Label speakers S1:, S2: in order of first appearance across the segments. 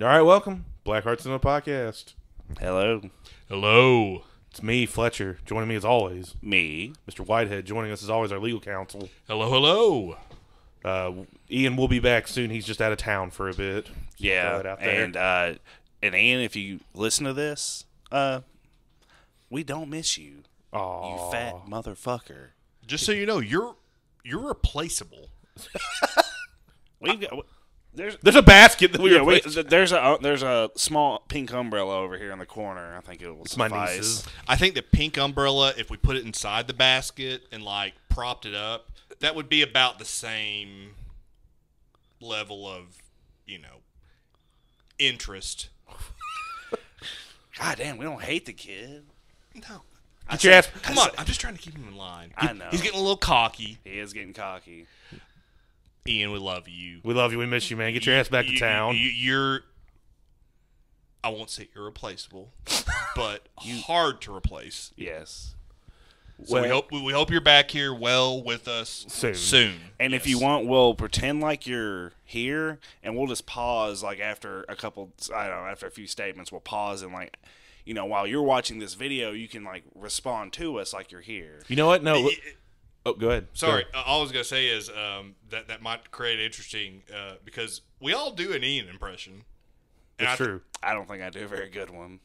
S1: All right, welcome. Black Hearts in the Podcast.
S2: Hello,
S3: Hello.
S1: It's me, Fletcher. Joining me as always,
S2: me.
S1: Mr. Whitehead. Joining us as always, our legal counsel.
S3: Hello, hello.
S1: Uh, Ian will be back soon. He's just out of town for a bit. Just throw that
S2: Yeah,
S1: out there.
S2: and uh, and Ann, if you listen to this, uh, we don't miss you, you
S1: Aw.
S2: fat motherfucker.
S3: Just so you know, you're you're replaceable.
S2: We've got there's
S1: There's a basket that we
S2: yeah,
S1: were
S2: we, th- there's a uh, there's a small pink umbrella over here in the corner. I think it will
S1: my
S2: suffice.
S1: nieces.
S3: I think the pink umbrella, if we put it inside the basket and like propped it up, that would be about the same level of, you know, interest.
S2: God damn, we don't hate the kid.
S3: No.
S1: Get your ass.
S3: Come on, I'm just trying to keep him in line.
S2: I know.
S3: He's getting a little cocky.
S2: He is getting cocky.
S3: Ian, we love you.
S1: We love you. We miss you, man. Get your ass back to
S3: You-
S1: town.
S3: You, you're I won't say irreplaceable, but hard to replace.
S2: Yes.
S3: So we
S1: Well-
S3: hope we hope you're back here well with us
S1: Soon.
S2: And if you
S3: Yes.
S2: want, we'll pretend like you're here, and we'll just pause. Like after a couple, I don't know, after a few statements, we'll pause and like, you know, while you're watching this video, you can like respond to us like you're here.
S1: You know what? No.
S3: Y-
S1: look- Oh, go ahead.
S3: Sorry, uh, all I was gonna say is um, that that might create interesting uh, because we all do an Ian impression. And
S1: It's
S3: I-
S1: true.
S2: I don't think I do a very good one.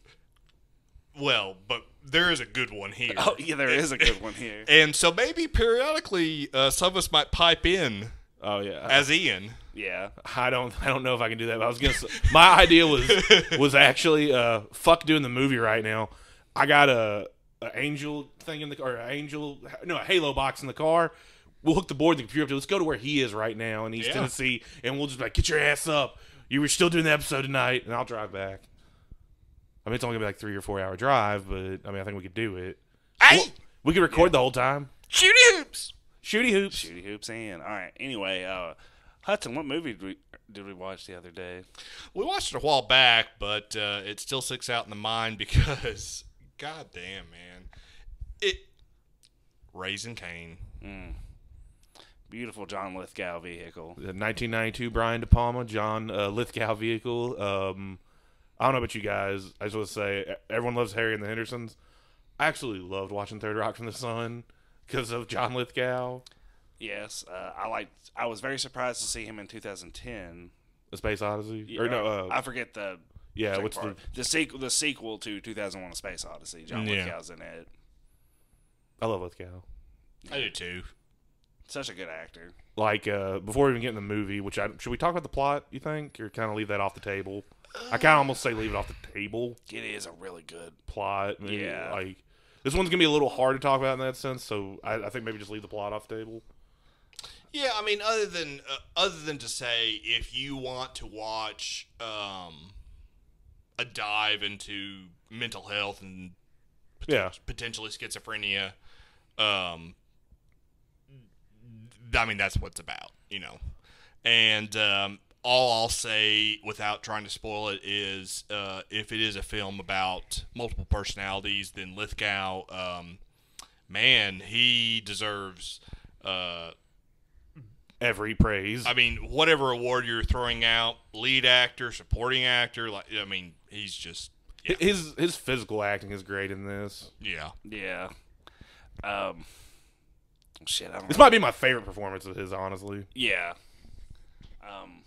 S3: Well, but there is a good one here.
S2: Oh yeah, there is a good one here.
S3: And so maybe periodically uh, some of us might pipe in
S1: Oh yeah.
S3: as Ian.
S2: Yeah.
S1: I don't I don't know if I can do that. But I was gonna. Say, my idea was was actually uh fuck doing the movie right now. I got a, a angel thing in the or a angel no a Halo box in the car. We'll hook the board, the computer up to. Let's go to where he is right now in East
S3: Yeah.
S1: Tennessee, and we'll just be like get your ass up. You were still doing the episode tonight, and I'll drive back. I mean, it's only gonna be like three or four hour drive, but I mean, I think we could do it.
S3: Hey,
S1: We could record the whole time.
S3: shooty hoops!
S1: Shooty hoops.
S2: Shooty hoops in. All right. Anyway, uh, Hudson, what movie did we did we watch the other day?
S3: We watched it a while back, but uh, it still sticks out in the mind because, god damn, man, it. Raising Cain.
S2: Beautiful John Lithgow vehicle.
S1: The 1992 Brian De Palma, John uh, Lithgow vehicle. Um, I don't know about you guys. I just want to say e- everyone loves Harry and the Hendersons. I actually loved watching Third Rock from the Sun because of John Lithgow,
S2: Yes. Uh, I liked. I was very surprised to see him in 2010.
S1: The Space Odyssey, or no, uh,
S2: I forget the
S1: yeah,
S2: second
S1: what's the?
S2: part. the sequel? The sequel to 2001: A Space Odyssey. John
S3: Yeah.
S2: Lithgow's in it.
S1: I love Lithgow.
S3: I do too.
S2: Such a good actor.
S1: Like uh, before we even get in the movie, which I should we talk about the plot? You think, or kind of leave that off the table? I kind of almost say leave it off the table.
S2: It is a really good.
S1: Plot, maybe,
S2: Yeah.
S1: Like this one's gonna be a little hard to talk about in that sense, so I, I think maybe just leave the plot off the table.
S3: Yeah, I mean, other than uh, other than to say, if you want to watch um, a dive into mental health and
S1: Yeah.
S3: potentially schizophrenia, um, th- I mean, that's what it's about, you know. And um, all I'll say, without trying to spoil it, is uh, if it is a film about multiple personalities, then Lithgow, um, man, he deserves. Uh,
S1: every praise.
S3: I mean, whatever award you're throwing out, lead actor, supporting actor, like I mean, he's just yeah,
S1: His his physical acting is great in this.
S3: yeah.
S2: Yeah. Um. Shit. I don't.
S1: This
S2: know.
S1: might be my favorite performance of his, honestly.
S2: yeah. Um.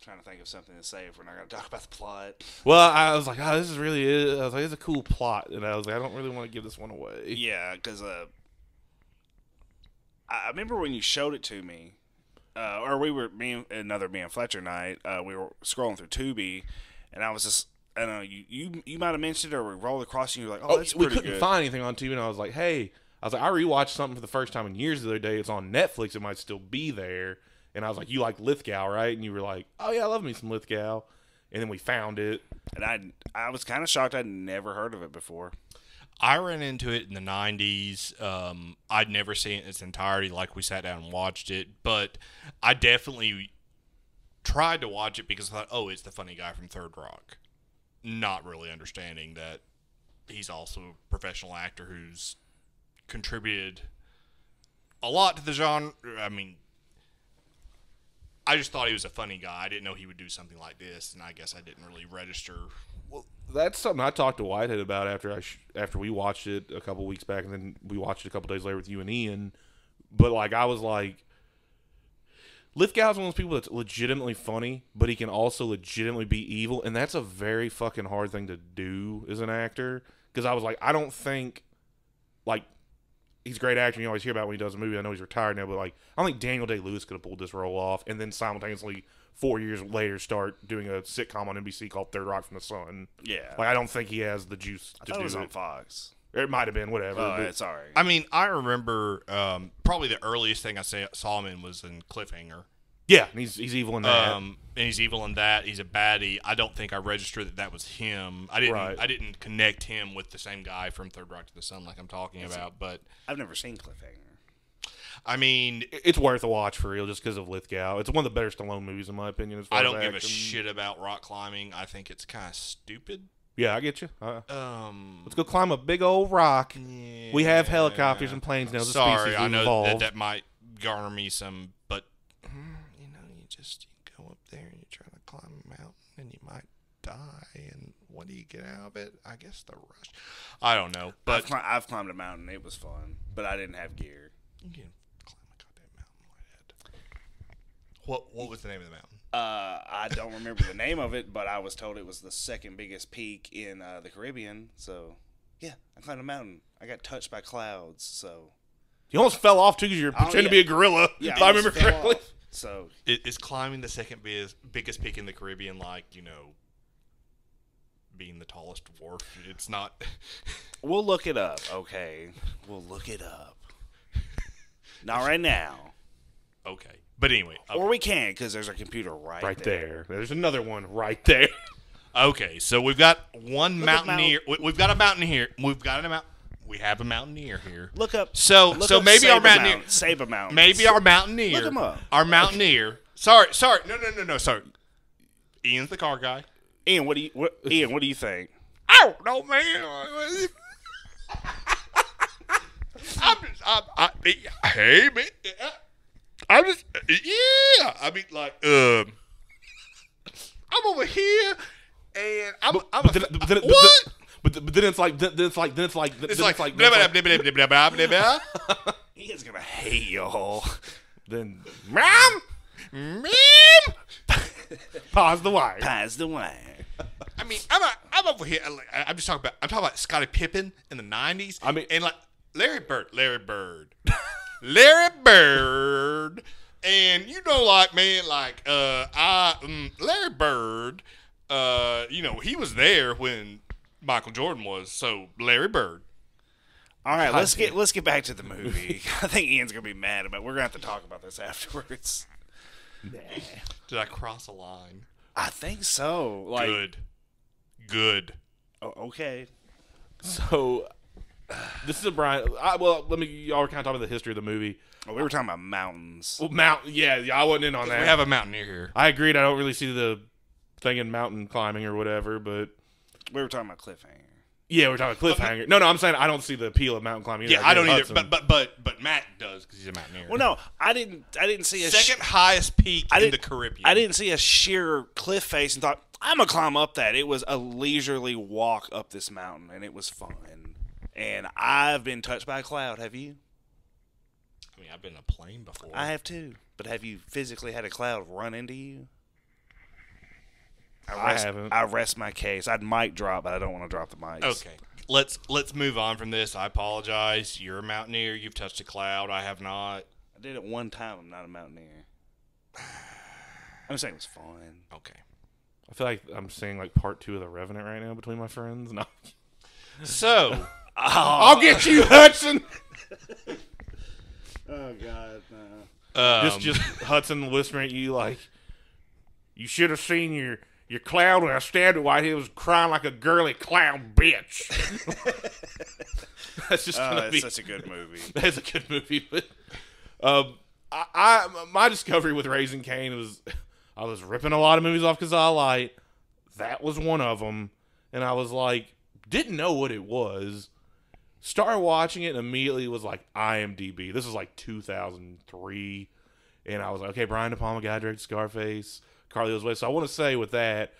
S2: Trying to think of something to say if we're not going to talk about the plot.
S1: Well, I was like, oh, this is really I was like, it's a cool plot, and I was like, I don't really want to give this one away.
S2: Yeah, because uh, I I remember when you showed it to me, uh, or we were me and another me and Fletcher night. Uh, we were scrolling through Tubi, and I was just I don't know you you, you might have mentioned it or we rolled across and you were like, oh,
S1: Oh,
S2: that's
S1: we
S2: pretty
S1: couldn't
S2: good.
S1: find anything on TV, and I was like, hey, I was like, I rewatched something for the first time in years the other day. It's on Netflix. It might still be there. And I was like, you like Lithgow, right? And you were like, oh yeah, I love me some Lithgow. And then we found it.
S2: and I I was kind of shocked. I'd never heard of it before.
S3: I ran into it in the '90s. Um, I'd never seen it in its entirety. Like we sat down and watched it, but I definitely tried to watch it because I thought, oh, it's the funny guy from Third Rock. Not really understanding that he's also a professional actor who's contributed a lot to the genre. I mean, I just thought he was a funny guy. I didn't know he would do something like this, and I guess I didn't really register.
S1: Well, that's something I talked to Whitehead about after I sh- after we watched it a couple weeks back, and then we watched it a couple days later with you and Ian. But like, I was like, Lithgow's one of those people that's legitimately funny, but he can also legitimately be evil, and that's a very fucking hard thing to do as an actor. Because I was like, I don't think, like, he's a great actor. You always hear about when he does a movie. I know he's retired now, but like, I don't think Daniel Day Lewis could have pulled this role off, and then simultaneously four years later start doing a sitcom on NBC called Third Rock from the Sun.
S2: Yeah.
S1: Like I don't think he has the juice
S2: I
S1: to
S2: thought
S1: do
S2: it
S1: it.
S2: was on Fox.
S1: It might have been whatever.
S2: Oh,
S1: but-
S2: it's all right.
S3: I mean, I remember um, probably the earliest thing I sa- saw him in was in Cliffhanger.
S1: yeah, and he's he's evil in that.
S3: Um, and he's evil in that. He's a baddie. I don't think I registered that that was him. I didn't.
S1: Right.
S3: I didn't connect him with the same guy from Third Rock to the Sun like I'm talking about. But
S2: I've never seen Cliffhanger.
S3: I mean,
S1: it's worth a watch for real, just because of Lithgow. It's one of the better Stallone movies in my opinion. As far
S3: I don't
S1: as
S3: give a
S1: action.
S3: shit about rock climbing. I think it's kind of stupid.
S1: Yeah, I get you. Uh,
S3: Um,
S1: let's go climb a big old rock. We have
S3: yeah.
S1: helicopters and planes now. The
S3: Sorry,
S1: species
S3: I know that
S1: evolved.
S3: that might garner me some, but mm, you know, you just you go up there and you try to climb a mountain and you might die. And what do you get out of it? I guess the rush. I don't know,
S2: I've,
S3: but
S2: cli- I've climbed a mountain. It was fun, but I didn't have gear.
S3: you can climb a goddamn mountain like that. What What was the name of the mountain?
S2: Uh, I don't remember the name of it, but I was told it was the second biggest peak in uh, the Caribbean. So, yeah, I climbed a mountain. I got touched by clouds. So,
S1: you almost fell off too because
S3: Oh,
S1: you're pretending to be
S2: yeah.
S1: a gorilla.
S2: yeah,
S1: if I
S2: almost
S1: remember
S2: fell
S1: correctly.
S2: off. So,
S3: Is, is climbing the second biggest biggest peak in the Caribbean like you know? Being the tallest dwarf, it's not.
S2: we'll look it up. Okay, we'll look it up. Not right now,
S3: Okay, but anyway, okay.
S2: or we can because there's a computer right,
S1: Right there. There's another one right there.
S3: Okay, so we've got one
S2: at
S3: mountaineer. we- We've got a mountaineer. We've got a mount. We have a mountaineer here.
S2: Look up.
S3: So-
S2: look
S3: so maybe our
S2: Sabre
S3: mountaineer-
S2: Mountain- Sabre Mountain.
S3: Maybe our mountaineer.
S2: Look 'em up.
S3: Our mountaineer. sorry, sorry. No, no, no, no. Sorry. Ian's the car guy.
S2: Ian. What do you? What, Ian, what do you think?
S3: I don't know, man. I'm just, I'm, I, I, hey, man. I'm just, yeah. I mean, like, um, I'm over here, and I'm, I'm
S1: But
S3: a-
S1: then, but then,
S3: what?
S1: But then, but then it's like then, then it's like then it's like then
S3: it's
S1: then,
S3: like,
S1: it's like,
S3: blah, blah, blah, blah, blah, blah, blah, blah.
S2: Ian's gonna hate y'all.
S1: then
S3: Mom! Mom!
S1: pause the wire.
S2: Pies the wine.
S3: I mean, I'm, a, I'm over here. I- I'm just talking about. I'm talking about Scottie Pippen in the '90s.
S1: I mean-
S3: and like Larry Bird, Larry Bird, Larry Bird, and you know, like man, like uh, I, um, Larry Bird, uh, you know, he was there when Michael Jordan was. So Larry Bird.
S2: All right, let's get let's get back to the movie. I think Ian's gonna be mad about. We're gonna have to talk about this afterwards.
S3: Did I cross a line?
S2: I think so. Like,
S3: Good, good.
S2: o- okay,
S1: So this is a Brian. I, well, let me. Y'all were kind of talking about the history of the movie.
S2: well, Oh, we were talking about mountains.
S1: Well, Mount. Yeah, yeah, I wasn't in on
S3: We
S1: that.
S3: have a mountaineer here.
S1: I agreed. I don't really see the thing in mountain climbing or whatever, but
S2: We were talking about cliffhanger.
S1: yeah, we're talking cliffhanger. No, no, I'm saying I don't see the appeal of mountain climbing. Either.
S3: Yeah, I
S1: get
S3: don't either.
S1: Hudson.
S3: But but but but Matt does because he's a mountaineer.
S2: Well, no, I didn't. I didn't see a sh-
S3: Second highest peak
S2: I
S3: in the
S2: didn't-
S3: Caribbean.
S2: I didn't see a sheer cliff face and thought I'm gonna climb up that. It was a leisurely walk up this mountain, and it was fun. And I've been touched by a cloud. Have you?
S3: I mean, I've been in a plane before.
S2: I have too. But have you physically had a cloud run into you?
S1: I
S2: rest,
S1: haven't.
S2: I rest my case. I'd mic drop, but I don't want to drop the mics.
S3: okay, let's let's move on from this. I apologize. You're a mountaineer. You've touched a cloud. I have not.
S2: I did it one time. I'm not a mountaineer. I'm saying it was fun.
S3: Okay.
S1: I feel like I'm seeing like part two of the Revenant right now between my friends. No,
S3: So
S1: I'll get you, Hudson.
S2: Oh God, no.
S3: um,
S1: just, just Hudson whispering at you like, you should have seen your. Your cloud when I stabbed it, while he was crying like a girly clown bitch. That's just gonna
S2: Oh,
S1: be
S2: it's such a good movie.
S1: That's a good movie, but um, I, I my discovery with Raising Cain was I was ripping a lot of movies off because I like that was one of them, and I was like didn't know what it was. Started watching it and immediately was like IMDb. This was like 2003, And I was like, okay, Brian De Palma, guy who directed Scarface, Carlito's Way. So I want to say with that,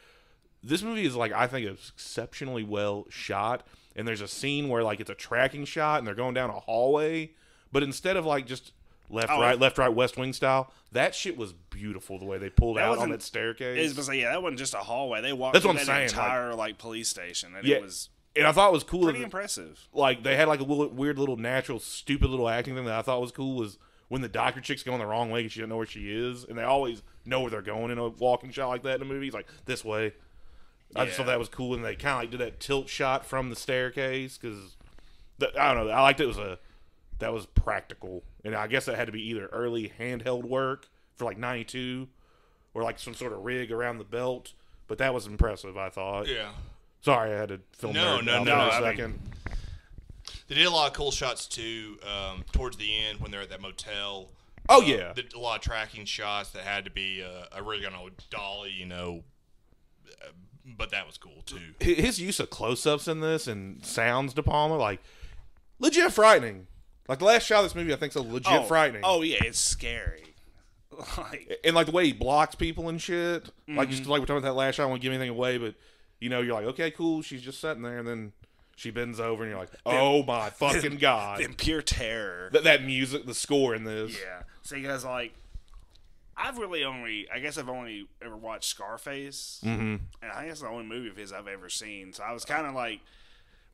S1: this movie is like I think it's exceptionally well shot. And there's a scene where like it's a tracking shot and they're going down a hallway, but instead of like just left
S2: Oh,
S1: right
S2: yeah.
S1: left right West Wing style, that shit was beautiful the way they pulled
S2: That
S1: out on
S2: wasn't-
S1: that staircase.
S2: It's because, yeah, that wasn't just a hallway. They walked
S1: That's
S2: through
S1: what I'm
S2: that
S1: saying, like-
S2: entire like, police station, and
S1: Yeah.
S2: it was
S1: and I thought it was cool.
S2: pretty
S1: that-
S2: impressive.
S1: like they had like a little, weird little natural stupid little acting thing that I thought was cool was when the doctor chick's going the wrong way and she doesn't know where she is and they always know where they're going in a walking shot like that in a movie. It's like this way. I just
S2: Yeah.
S1: thought that was cool and they kind of like did that tilt shot from the staircase because I don't know. I liked it was a that was practical and I guess that had to be either early handheld work for like '92 or like some sort of rig around the belt. But that was impressive, I thought.
S3: Yeah.
S1: Sorry, I had to film
S3: No,
S1: nerd
S3: no,
S1: out for
S3: no,
S1: a
S2: I mean-
S1: second.
S3: They did a lot of cool shots too um, towards the end when they're at that motel.
S1: oh yeah,
S3: Did a lot of tracking shots that had to be uh, a rig on a dolly, you know. uh, But that was cool too.
S1: hi- his use of close-ups in this and sounds De Palma like legit frightening. Like the last shot of this movie, I think is a legit
S2: oh,
S1: frightening.
S2: Oh yeah, it's scary. like
S1: and like the way he blocks people and shit. Like
S2: Mm-hmm.
S1: just like we're talking about that last shot. I won't give anything away, but you know, you're like, okay, cool. She's just sitting there, and then she bends over, and you're like, oh my fucking god.
S2: in pure terror.
S1: That, that music, the score in this.
S2: Yeah. So you guys like, I've really only, I guess I've only ever watched Scarface, mm-hmm. and I think that's the only movie of his I've ever seen. So I was kind of like,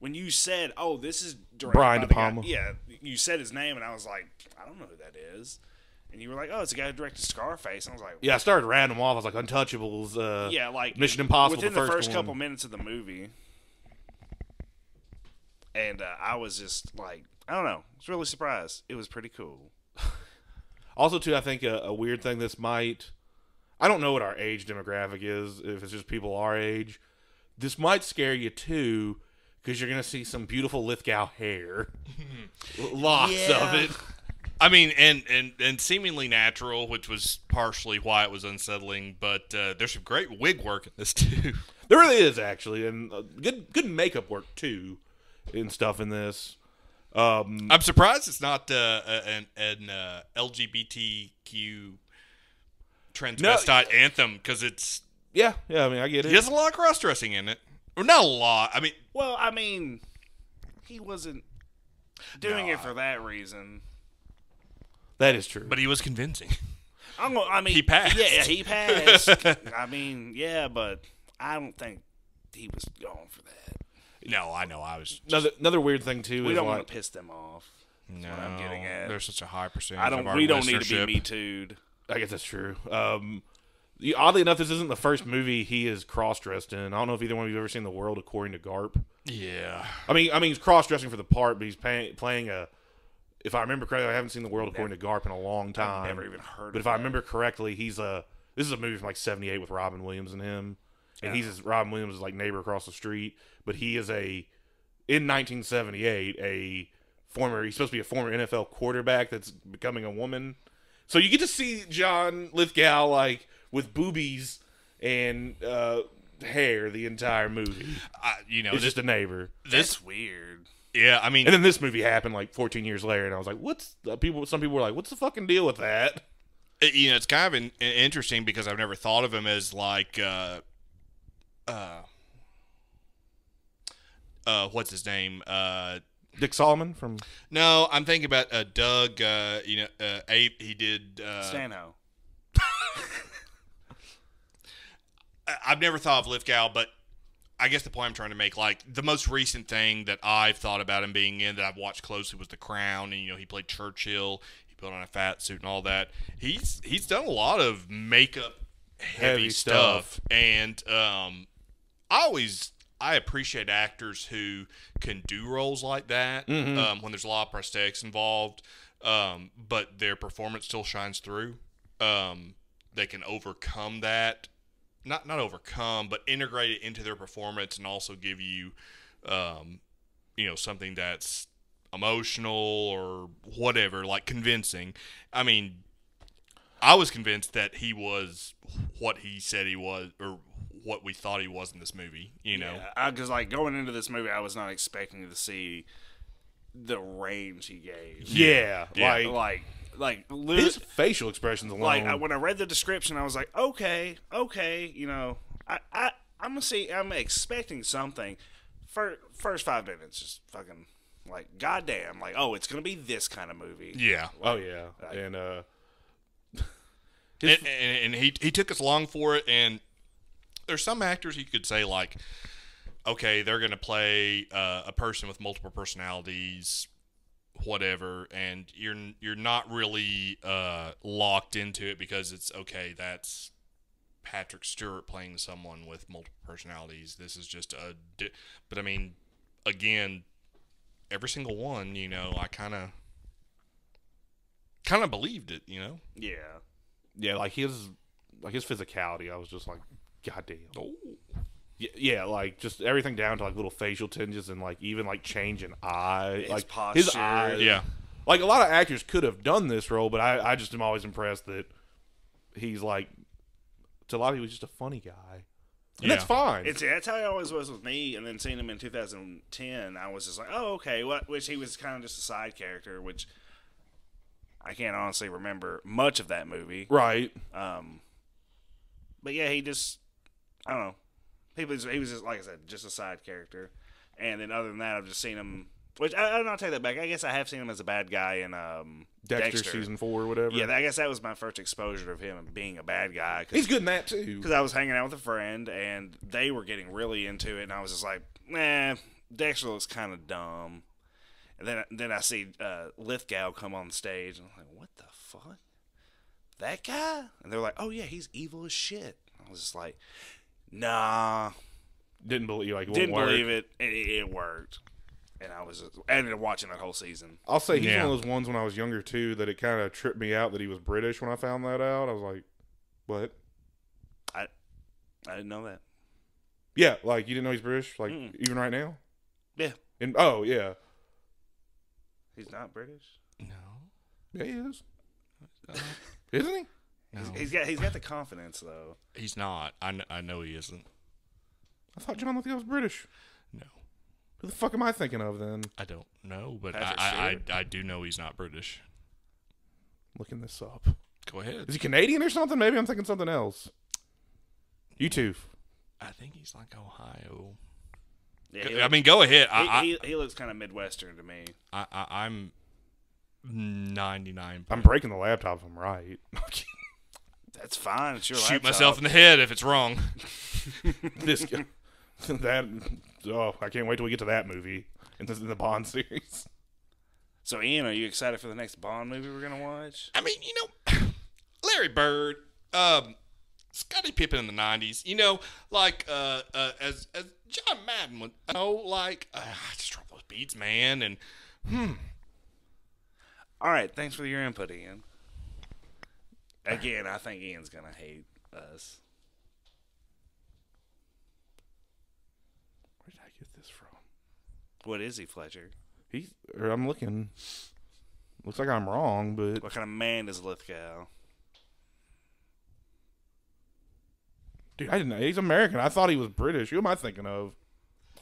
S2: when you said, "Oh, this is directed
S1: Brian
S2: by
S1: De
S2: the guy-
S1: Palma.
S2: yeah, you said his name, and I was like, I don't know who that is. And you were like, "Oh, it's the guy who directed Scarface," and I was like,
S1: Yeah, I started ratting them off. I was like, Untouchables. Uh,
S2: yeah, like
S1: Mission Impossible.
S2: within
S1: the first, one.
S2: couple minutes of the movie, and uh, I was just like, I don't know, I was really surprised. It was pretty cool.
S1: Also, too, I think a, a weird thing this might. I don't know what our age demographic is, if it's just people our age. This might scare you, too, because you're going to see some beautiful Lithgow hair. Lots of it.
S3: I mean, and, and and seemingly natural, which was partially why it was unsettling. But uh, there's some great wig work in this too.
S1: There really is, actually, and uh, good good makeup work, too, and stuff in this. Um,
S3: I'm surprised it's not uh, a- an, an uh, LGBTQ transvestite anthem 'cause anthem because it's
S1: yeah, yeah, I mean, I get it.
S3: there's a lot of cross dressing in it. Or not a lot. I mean,
S2: Well, I mean, he wasn't doing
S3: No,
S2: it for that reason.
S1: That is true.
S3: but he was convincing.
S2: I'm gonna, I mean,
S3: He passed.
S2: Yeah, he passed. I mean, yeah, but I don't think he was going for that.
S3: no, I know. I was.
S1: Another, another weird thing, too,
S2: We
S1: is
S2: don't
S1: like.
S2: want to piss them off.
S3: No,
S2: what I'm getting at.
S3: There's such a high percentage.
S2: I
S3: Of
S2: don't.
S3: our
S2: We don't need to
S3: listenership.
S2: be me too'd.
S1: I guess that's true. Um, the- oddly enough, this isn't the first movie he is cross dressed in. I don't know if either one of you have ever seen The World According to Garp.
S3: Yeah.
S1: I mean, I mean, he's cross dressing for the part, but he's pay- playing a. If I remember correctly, I haven't seen The World According to Garp in a long time.
S2: never even heard
S1: But
S2: of
S1: if I remember correctly, he's a. This is a movie from like '78 with Robin Williams and him, and he's his, Robin Williams is like neighbor across the street, but he is a in 1978 a former he's supposed to be a former NFL quarterback that's becoming a woman. So you get to see John Lithgow like with boobies and uh, hair the entire movie.
S3: I, you know
S1: It's
S3: this.
S1: just a neighbor.
S3: this
S2: That's weird.
S3: yeah. I mean,
S1: And then this movie happened like 14 years later, and I was like, "What's the people?" Some people were like, "What's the fucking deal with that?"
S3: it- you know, it's kind of in, in- interesting because I've never thought of him as like, uh, uh, uh, what's his name? Uh,
S1: Dick Solomon from
S3: no, I'm thinking about uh, Doug. Uh, you know, uh, Abe. He did. Uh,
S2: Stanho.
S3: I- I've never thought of Lithgow, but I guess the point I'm trying to make, like the most recent thing that I've thought about him being in that I've watched closely was The Crown, and you know he played Churchill, he put on a fat suit and all that. He's he's done a lot of makeup heavy,
S1: Heavy
S3: stuff. and um, I always I appreciate actors who can do roles like that um, when there's a lot of prosthetics involved, um, but their performance still shines through. Um, they can overcome that, not not overcome, but integrate it into their performance and also give you, um, you know, something that's emotional or whatever, like convincing. I mean, I was convinced that he was what he said he was, or what we thought he was in this movie. You know,
S2: Because like going into this movie, I was not expecting to see the range he gave.
S1: yeah,
S3: Yeah.
S1: like
S2: like like literally,
S1: His facial expressions alone.
S2: like I, when I read the description, I was like, okay, okay, you know, I, I I'm gonna see, I'm expecting something. First, first five minutes, just fucking like, goddamn, like, oh, it's gonna be this kind of movie.
S3: Yeah.
S1: oh yeah, and uh,
S3: and, and, and he he took us along for it. And there's some actors you could say like, okay, they're gonna play uh, a person with multiple personalities, whatever, and you're you're not really uh, locked into it because it's okay. That's Patrick Stewart playing someone with multiple personalities. This is just a, di- but I mean, again, every single one, you know, I kind of. Kind of believed it, you know.
S2: Yeah.
S1: yeah, like his like his physicality. I was just like, God damn.
S3: Oh,
S1: Yeah, yeah, like just everything down to like little facial tinges and like even like change in eye, like his
S2: posture.
S1: eye.
S3: yeah.
S1: like a lot of actors could have done this role, but I, I just am always impressed that he's like to a lot of people he's just a funny guy, and that's
S3: Yeah.
S1: fine.
S2: It's that's how he always was with me, and then seeing him in 2010, I was just like, oh okay, what? Which he was kind of just a side character, which I can't honestly remember much of that movie.
S1: right.
S2: Um, but yeah, he just I don't know. He was he was just like I said, just a side character, and then other than that, I've just seen him. Which I, I'll not take that back. I guess I have seen him as a bad guy in um,
S1: Dexter, season four or whatever.
S2: Yeah, I guess that was my first exposure of him being a bad guy. 'cause
S1: he's good in that too.
S2: because I was hanging out with a friend and they were getting really into it, and I was just like, "Nah, Dexter looks kind of dumb." And then then I see uh, Lithgow come on stage, and I'm like, "What the fuck? That guy?" And they're like, "Oh yeah, he's evil as shit." I was just like, "Nah,
S1: Didn't believe like it
S2: didn't
S1: won't work.
S2: believe it. it. It it worked." And I was just, I ended up watching that whole season.
S1: I'll say he's
S3: Yeah.
S1: one of those ones when I was younger too that it kind of tripped me out that he was British when I found that out. I was like, what?
S2: I I didn't know that.
S1: Yeah, like you didn't know he's British, like
S2: Mm.
S1: even right now.
S2: Yeah,
S1: And oh yeah,
S2: he's not British.
S3: No.
S1: yeah he is, isn't he?
S3: No,
S2: He's got he's got the confidence though.
S3: he's not. I, kn- I know he isn't.
S1: I thought John Lithgow was British.
S3: No,
S1: Who the fuck am I thinking of then?
S3: I don't know, but I,
S2: Patrick
S3: I,
S2: Stewart.
S3: I I do know he's not British.
S1: Looking this up.
S3: Go ahead.
S1: Is he Canadian or something? Maybe I'm thinking something else. You too.
S3: I think he's like Ohio.
S2: Yeah, he
S3: I mean, go ahead.
S2: He,
S3: I,
S2: he, he looks kind of midwestern to me.
S3: I, I, I I'm ninety nine.
S1: I'm breaking the laptop if I'm right.
S2: That's fine. It's your
S3: Shoot
S2: laptop.
S3: myself in the head if it's wrong.
S1: this guy. That. Oh, I can't wait till we get to that movie. And this is the Bond series.
S2: So, Ian, are you excited for the next Bond movie we're gonna watch?
S3: I mean, you know, Larry Bird, um, Scottie Pippen in the '90s. You know, like uh, uh, as as John Madden would. You know, like uh, I just drop those beats, man, and
S2: All right. Thanks for your input, Ian. Again, I think Ian's gonna hate us.
S1: Where did I get this from?
S2: What is he, Fletcher?
S1: He's. Or I'm looking. Looks like I'm wrong, but
S2: What kind of man is Lithgow?
S1: dude, I didn't. know. He's American. I thought he was British. Who am I thinking of?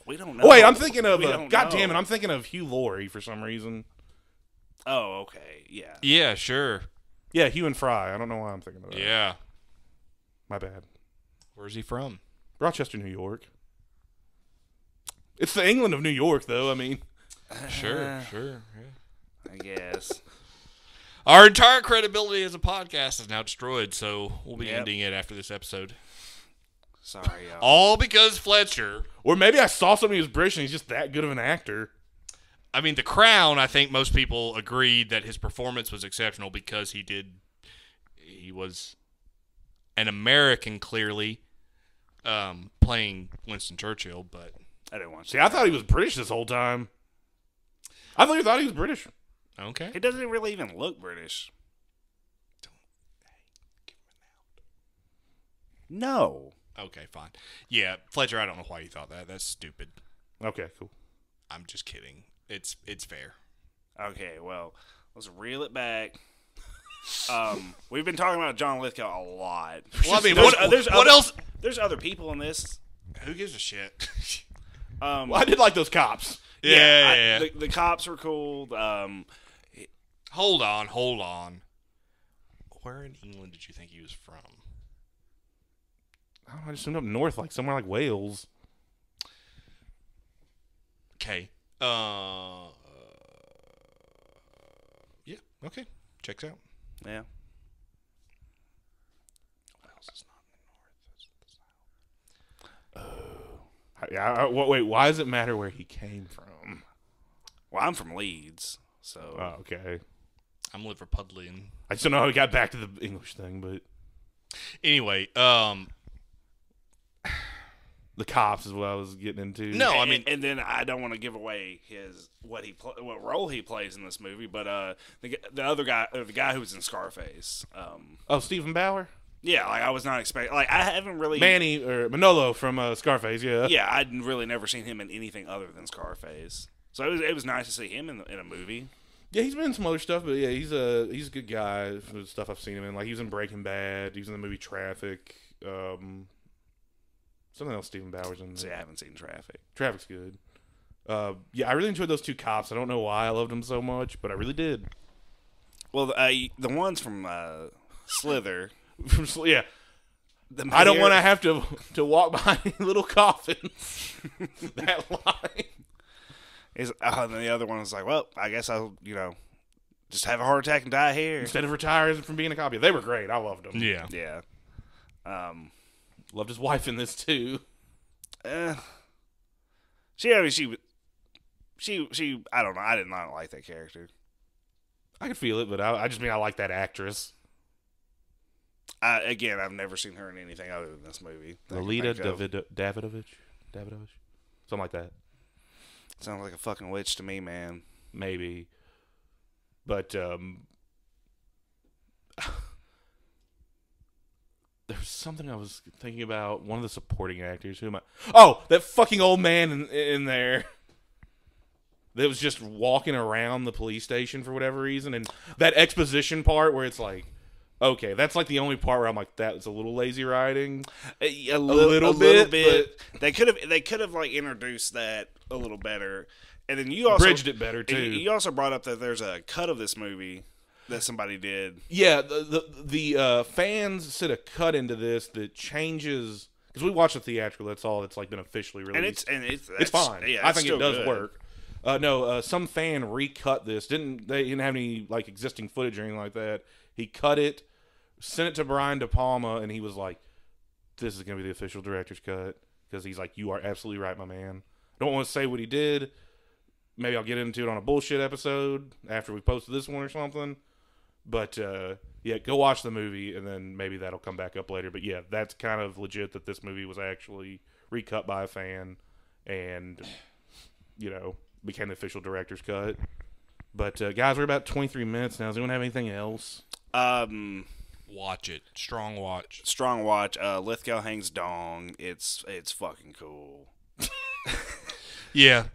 S2: We don't know.
S1: Oh, wait, I'm thinking of.
S2: We
S1: Uh,
S2: don't
S1: God
S2: know.
S1: damn it, I'm thinking of Hugh Laurie for some reason.
S2: Oh, okay. Yeah.
S3: yeah, sure,
S1: Yeah, Hugh and Fry. I don't know why I'm thinking of that.
S3: yeah.
S1: my bad.
S3: Where's he from?
S1: Rochester, New York. It's the England of New York, though. I mean,
S3: Sure,
S2: Uh-huh.
S3: sure. Yeah.
S2: I guess.
S3: Our entire credibility as a podcast is now destroyed, so we'll be
S2: Yep.
S3: ending it after this episode.
S2: Sorry, y'all.
S3: All because Fletcher.
S1: or maybe I saw somebody who's British and he's just that good of an actor.
S3: I mean, The Crown. I think most people agreed that his performance was exceptional because he did. He was an American, clearly, um, playing Winston Churchill. But
S2: I didn't watch
S1: See,
S2: it.
S1: I thought he was British this whole time. I thought you thought he was British.
S3: okay,
S2: He doesn't really even look British. No.
S3: okay, fine. Yeah, Fletcher. I don't know why you thought that. That's stupid.
S1: Okay, cool.
S3: I'm just kidding. It's it's fair.
S2: Okay, well, let's reel it back. Um, we've been talking about John Lithgow a lot.
S3: Well, I mean,
S2: There's-
S3: what,
S2: uh, there's
S3: what
S2: other-
S3: else?
S2: There's other people in this.
S3: Who gives a shit?
S2: Um,
S1: Well, I did like those cops.
S3: yeah, yeah,
S2: I-
S3: yeah.
S2: The, the cops were cool. Um,
S3: Hold on, hold on. Where in England did you think he was from?
S1: I don't know, I just went up north, like somewhere like Wales.
S3: Okay. Uh, yeah. Okay. Checks out.
S2: Yeah.
S3: Wales is not in the north. It's in the south.
S1: I, I, I- wha- wait, why does it matter where he came from?
S2: Well, I'm from Leeds, so
S3: Uh,
S1: Oh, okay.
S3: I'm Liverpudlian.
S1: I just don't know how we got back to the English thing, but
S3: Anyway, um,
S1: the cops is what I was getting into.
S3: No, I
S2: And-
S3: mean-
S2: and then I don't want to give away his what he pl- what role he plays in this movie, but uh, the, g- the other guy, or the guy who was in Scarface, um,
S1: Oh, Stephen Bauer,
S2: yeah, like I was not expecting, like I haven't really,
S1: Manny or Manolo from uh, Scarface. Yeah.
S2: yeah, I'd really never seen him in anything other than Scarface, so it was it was nice to see him in, in a movie.
S1: Yeah, he's been in some other stuff, but yeah, he's a he's a good guy for the stuff I've seen him in. Like he was in Breaking Bad, he was in the movie Traffic, um, something else. Stephen Bowers in
S2: See, I haven't seen Traffic.
S1: Traffic's good. Uh, yeah, I really enjoyed those two cops. I don't know why I loved them so much, but I really did.
S2: Well, the, uh, the ones from uh, Slither,
S1: From Sl- yeah,
S2: the
S1: I don't
S2: mayor-
S1: want to have to to walk by any little coffins. that line.
S2: Is, oh, and then the other one was like, well, I guess I'll you know just have a heart attack and die here.
S1: Instead of retiring from being a cop, they were great. I loved them.
S3: yeah.
S2: yeah. Um.
S1: Loved his wife in this too.
S2: Uh, she, I mean, she, w- she, she. I don't know. I did not like that character.
S1: I could feel it, but I, I just mean I like that actress,
S2: I, again, I've never seen her in anything other than this movie. that I can
S1: Lolita
S2: think of.
S1: David, Davidovich, Davidovich, something like that,
S2: sounds like a fucking witch to me, man.
S1: maybe. But um, there was something I was thinking about. One of the supporting actors. Who am I? Oh, that fucking old man in, in there. That was just walking around the police station for whatever reason, and that exposition part where it's like, okay, that's like the only part where I'm like, that's a little lazy writing.
S2: A, a
S1: little bit,
S2: They could have. They could have like introduced that a little better. And then you also
S1: Bridged it better
S2: and
S1: too.
S2: You you also brought up that there's a cut of this movie that somebody did.
S1: Yeah, the the, the uh, fans sent a cut into this that changes because we watch the theatrical. That's all that's like been officially released.
S2: And it's and it's
S1: It's
S2: that's-
S1: fine.
S2: Yeah,
S1: I
S2: it's
S1: think it
S2: still
S1: does
S2: good.
S1: work. Uh, no, uh, some fan recut this. Didn't they didn't have any like existing footage or anything like that. He cut it, sent it to Brian De Palma, and he was like, "This is gonna be the official director's cut." Because he's like, "You are absolutely right, my man." Don't want to say what he did. Maybe I'll get into it on a bullshit episode after we post this one or something. But uh, yeah, go watch the movie, and then maybe that'll come back up later. But yeah, that's kind of legit that this movie was actually recut by a fan and you know became the official director's cut. But uh, guys, we're about 23 minutes now. Does anyone have anything else?
S2: Um,
S3: Watch it. Strong watch.
S2: strong watch. Uh, Lithgow hangs dong. It's it's fucking cool.
S3: Yeah.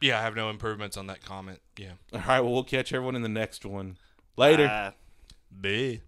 S3: Yeah, I have no improvements on that comment. Yeah.
S1: All right, well we'll catch everyone in the next one. Later.
S2: Uh,
S3: B.